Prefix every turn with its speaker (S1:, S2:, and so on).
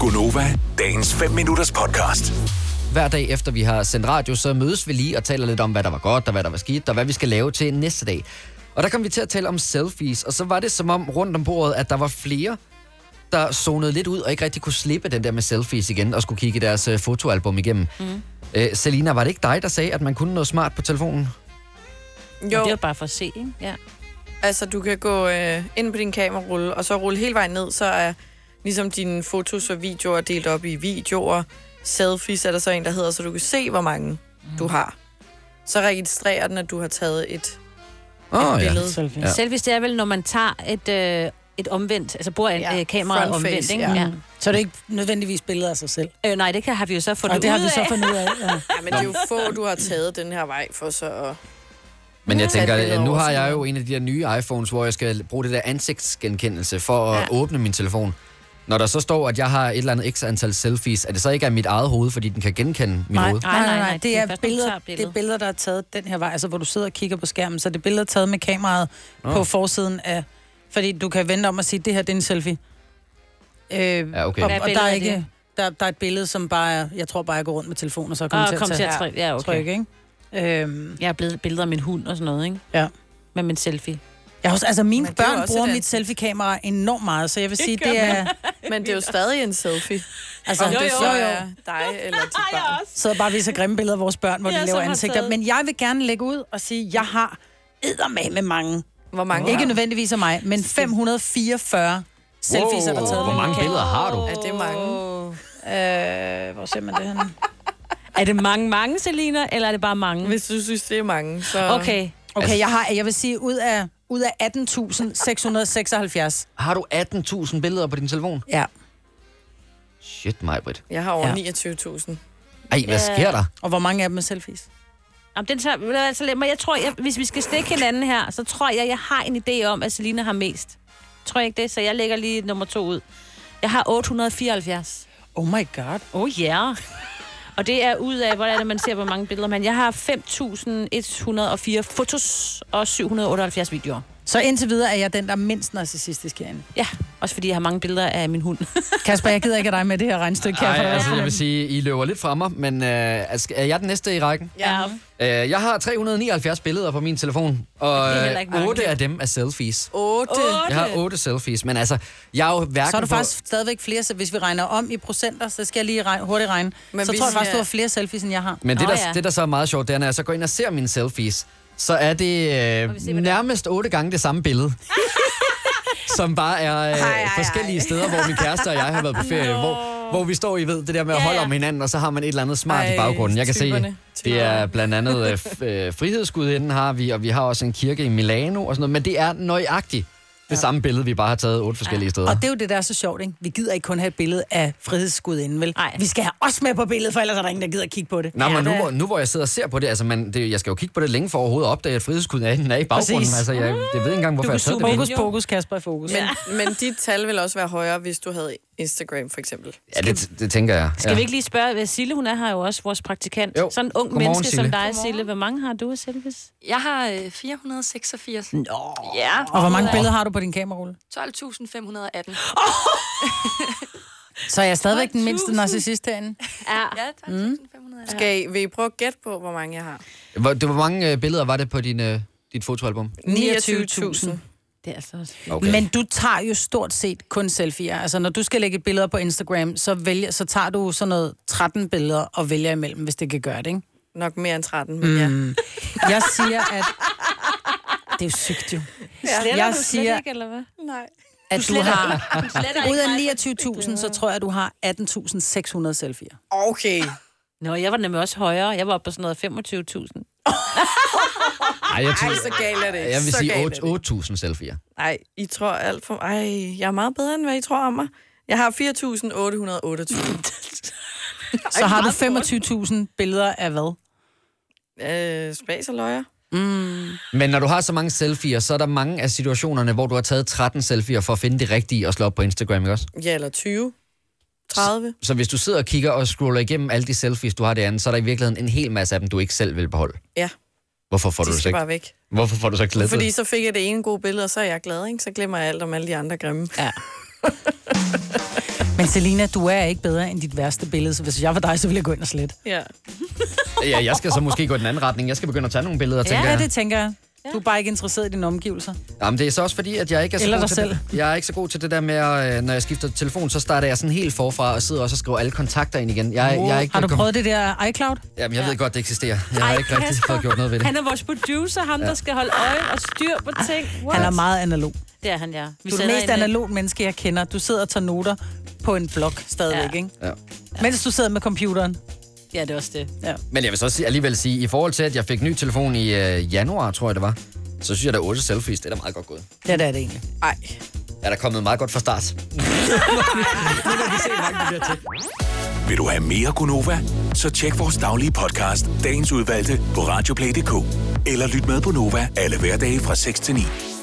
S1: Gunova, dagens 5 minutters podcast.
S2: Hver dag efter vi har sendt radio, så mødes vi lige og taler lidt om, hvad der var godt, og hvad der var skidt, og hvad vi skal lave til næste dag. Og der kom vi til at tale om selfies, og så var det som om rundt om bordet, at der var flere, der zonede lidt ud og ikke rigtig kunne slippe den der med selfies igen og skulle kigge deres øh, fotoalbum igennem. Mm. Øh, Selina, var det ikke dig, der sagde, at man kunne noget smart på telefonen?
S3: Jo,
S4: Det var bare for at se, ikke? Ja.
S3: altså du kan gå øh, ind på din kamerarulle, og så rulle hele vejen ned, så er ligesom dine fotos og videoer delt op i videoer. Selfies er der så en, der hedder, så du kan se, hvor mange mm. du har. Så registrerer den, at du har taget et
S2: Åh oh, ja.
S3: billede.
S4: Selfie. Ja. Selfies, det er vel, når man tager et, øh, et omvendt, altså bruger ja.
S3: Ja,
S4: øh, kameraet
S3: front face,
S4: omvendt, ikke? Mm.
S3: ja.
S5: Så er det ikke nødvendigvis billeder af sig selv.
S4: Øh, nej, det kan, har vi jo så fundet
S5: Og det har
S4: ud
S5: vi så
S4: af.
S5: fundet ud af. Ja.
S3: Ja, men det er jo få, du har taget den her vej for så at...
S2: Men jeg
S3: Ja.
S2: tænker,
S3: Tag et
S2: at
S3: billede
S2: nu
S3: over
S2: har
S3: sådan
S2: jeg jo en af de der nye iPhones, hvor jeg skal bruge det der ansigtsgenkendelse for at ja.
S3: Ja.
S2: åbne min telefon. Når der så står, at jeg har et eller andet x antal selfies, er det så ikke af mit eget hoved, fordi den kan genkende mit
S4: Nej.
S2: hoved?
S5: Nej, nej, nej.
S4: det
S5: Det
S4: er
S5: er,
S4: først, når du tager
S5: billeder, det
S4: billedet.
S5: er billeder, der er taget den her vej, altså hvor du sidder og kigger på skærmen. Så det er billeder taget med kameraet oh. på forsiden af... Fordi du kan vente om at sige, det her det er en selfie. Øh, ja,
S2: okay.
S4: Hvad
S5: Og, og der
S4: billede
S5: er
S4: er
S5: ikke...
S4: det?
S5: Der, der er et billede, som bare er, jeg tror bare, jeg går rundt med telefonen, og så kommer
S4: Og
S5: til at
S4: kom Ah, til
S5: tage
S4: at trykke. Ja, okay.
S5: tryk, ikke? Øhm,
S4: Jeg har blevet billeder af min hund og sådan noget, ikke?
S5: ja.
S4: Med min selfie.
S5: Jeg har også, altså, mine
S3: Men det er jo
S5: børn
S3: også
S5: bruger
S3: et
S5: mit
S3: ansigt.
S5: selfie-kamera enormt meget, så jeg vil sige, det, er...
S3: Men det er jo stadig en selfie.
S5: Altså,
S3: Om
S5: jo,
S3: det
S5: jo,
S3: så
S5: jo, jo.
S3: er dig eller dit barn.
S5: sidder bare og viser grimme billeder af vores børn, hvor ja,
S4: Ja,
S5: de laver
S4: som har
S5: ansigter.
S4: taget-
S5: Men jeg vil gerne lægge ud og sige, at jeg har med mange.
S3: Hvor mange
S5: Ikke
S3: har du?
S5: nødvendigvis af mig, men 544 selfies er der taget.
S2: Hvor mange billeder har du?
S3: Ja, det er mange.
S5: billeder? Øh, hvor ser man det henne?
S4: Er det mange, mange, Selina, eller er det bare mange?
S3: Hvis du synes, det er mange, så...
S4: Okay.
S5: Okay, jeg har, jeg vil sige, ud af, ud af 18.676.
S2: Har du 18.000 billeder på din telefon?
S5: Ja.
S2: Shit, mig, Britt.
S3: Jeg har over
S5: Ja.
S3: 29.000.
S2: Ej, hvad sker der?
S5: Og hvor mange af dem er selfies?
S4: Jamen, den tager, ved du hvad, så lad mig, jeg tror, jeg, hvis vi skal stikke hinanden her, så tror jeg, jeg har en idé om, at Selina har mest. Tror jeg ikke det? Så jeg lægger lige nummer to ud. Jeg har 874.
S5: Oh my god.
S4: Oh yeah. Og det er ud af, hvordan er det, man ser, hvor mange billeder man... Jeg har 5.104 fotos og 778 videoer.
S5: Så indtil videre er jeg den, der er mindst narcissistisk herinde.
S4: Ja, også fordi jeg har mange billeder af min hund.
S5: Kasper, jeg gider ikke af dig med det her regnstykke her. for
S2: Ej,
S5: dig.
S2: altså, jeg vil sige, I løber lidt fra mig, men øh, altså, er jeg den næste i rækken?
S3: Ja.
S2: Øh, jeg har 379 billeder på min telefon, og
S4: Det er heller ikke mange.
S2: 8 af dem er selfies.
S3: 8.
S2: Jeg har 8 selfies, men altså, jeg er jo hverken
S5: Så er du
S2: på-
S5: faktisk stadigvæk flere, så hvis vi regner om i procenter, så skal jeg lige regne, hurtigt regne. Men
S3: Men
S5: så
S3: vi
S5: tror jeg faktisk,
S3: skal-
S5: du har flere selfies, end jeg har.
S2: Men det,
S4: Nå
S2: der,
S4: ja.
S2: det, der så er meget sjovt, det er, når jeg så går ind og ser mine selfies, så er det øh,
S4: vi se, hvad det er?
S2: nærmest otte gange det samme billede. som bare er øh,
S3: Ej, ej, ej.
S2: forskellige steder, hvor min kæreste og jeg har været på ferie.
S4: Nå.
S2: Hvor, hvor vi står, I ved, det der med at
S4: Ja,
S2: holde
S4: ja.
S2: om hinanden, og så har man et eller andet smart ej, i
S3: Ej,
S2: baggrunden. Jeg kan
S3: typerne.
S2: se, det er blandt andet øh, f- øh, frihedsgudinden har vi, og vi har også en kirke i Milano og sådan noget. Men det er nøjagtigt det samme billede, vi bare har taget otte forskellige steder.
S5: Og det er jo det, der er så sjovt, ikke? Vi gider ikke kun have et billede af frihedsgud inden, vel?
S4: Nej.
S5: Vi skal have os med på billedet, for ellers er der ingen, der gider kigge på det.
S2: Nå, men nu,
S5: det-
S2: hvor- nu hvor jeg sidder og ser på det, altså man, det, jeg skal jo kigge på det længe for overhovedet at opdage, at frihedsgudinden er i baggrunden.
S5: Præcis.
S2: Altså, jeg, jeg ved ikke engang, hvorfor jeg
S5: Du
S2: har taget
S5: kan zoome
S2: det.
S5: fokus, fokus, Kasper, i fokus. Men,
S3: Men, men dit tal vil også være højere, hvis du havde Instagram, for eksempel.
S2: Ja, det, det tænker jeg.
S4: Skal
S2: ja.
S4: vi ikke lige spørge, hvad Sille, hun er her jo også, vores praktikant.
S2: Jo.
S4: Jo. Sådan en ung
S2: Godmorgen,
S4: menneske
S2: Sille.
S4: som dig, Sille. Hvor mange har du af selfies?
S6: Jeg har øh, 486. Nå. Ja.
S5: og hvor mange billeder har du på din kamerarulle?
S6: 12.518.
S5: Så er jeg stadigvæk den mindste narcissist herinde.
S4: Ja.
S6: Ja,
S5: mm.
S6: 12.518.
S3: Skal I, vil I prøve at gætte på, hvor mange jeg har?
S2: Hvor, det, hvor mange øh, billeder var det på din, øh, dit fotoalbum?
S5: 29.000.
S4: Det er altså også...
S2: Okay.
S5: Men du tager jo stort set kun selfies. Altså, når du skal lægge et billede op på Instagram, så, vælger, så tager du sådan noget 13 billeder og vælger imellem, hvis det kan gøre det, ikke?
S3: Nok mere end 13, men mm. ja.
S5: Jeg siger, at... Det er jo sygt, jo.
S4: Sletter
S5: Jeg
S4: du slet
S5: siger-
S4: ikke, eller hvad?
S3: Nej.
S5: At du har...
S4: Sletter
S5: Ud af 29.000, så tror jeg, at du har 18.600 selfies.
S3: Okay.
S4: Nå, jeg var nemlig også højere. Jeg var oppe på sådan noget 25.000.
S2: Ej, jeg,
S3: Ej, så
S2: tror,
S3: galt er det ikke.
S2: jeg vil
S3: så
S2: sige
S3: galt er det ikke.
S2: 8, 8.000 selfies.
S3: Ej, I tror alt for... Ej, jeg er meget bedre, end hvad I tror om mig. Jeg har 4.828
S5: Så har du 25.000 billeder af hvad?
S3: øh, spas og løjer.
S2: Men når du har så mange selfies, så er der mange af situationerne, hvor du har taget 13 selfies for at finde det rigtige og slå op på Instagram, ikke også?
S3: Ja, eller 20. 30.
S2: Så hvis du sidder og kigger og scroller igennem alle de selfies, du har derinde, så er der i virkeligheden en hel masse af dem, du ikke selv vil beholde.
S3: Ja,
S2: Hvorfor får du Altså-
S3: de
S2: det så
S3: skal
S2: ikke?
S3: bare væk.
S2: Hvorfor får du så ikke slettet?
S3: Fordi så fik jeg det ene gode billede, og så er jeg glad, ikke? Så glemmer jeg alt om alle de andre grimme.
S5: Ja. Men Selina, du er ikke bedre end dit værste billede, så hvis jeg var dig, så ville jeg gå ind og slet.
S3: Ja.
S2: Ja, jeg skal så måske gå i den anden retning. Jeg skal begynde at tage nogle billeder, tænker
S5: Ja,
S2: jeg.
S5: det tænker jeg. Du er bare ikke interesseret i dine omgivelser.
S2: Jamen, det er så også fordi, at jeg ikke er så
S5: Eller
S2: god
S5: dig
S2: til
S5: selv.
S2: Det. Jeg er ikke så god til det der med, at, øh, når jeg skifter telefon, så starter jeg sådan helt forfra og sidder også og skriver alle kontakter ind igen. Jeg, jeg er ikke
S5: Har du
S2: kom-
S5: prøvet det der iCloud?
S2: Jamen, jeg ved godt, det eksisterer. Jeg har
S4: Ej,
S2: ikke rigtig
S4: Kasper,
S2: fået gjort noget ved det.
S4: Han er vores producer, ham der skal holde øje og styr på ting. What?
S5: Han er meget analog.
S4: Det er han, ja. Vi
S5: Du er det
S4: sender
S5: mest
S4: en-
S5: analoge menneske, jeg kender. Du sidder og tager noter på en blog stadigvæk,
S4: Ja.
S5: ikke?
S2: Ja.
S5: Mens du sidder med computeren.
S4: Ja, det er også det.
S5: Ja.
S2: Men jeg vil så sige- alligevel sige, i forhold til, at jeg fik ny telefon i øh, januar, tror jeg det var, så synes jeg, at 8 selfies, det er da meget godt gået.
S5: Ja, det er det egentlig.
S3: Ej.
S2: Jeg er da kommet meget godt fra start. Nu må vi se, hvor langt vi bliver til.
S1: Vil du have mere Gunova? Så tjek vores daglige podcast, dagens udvalgte, på radioplay.dk. Eller lyt med på Nova alle hverdage fra 6 til 9.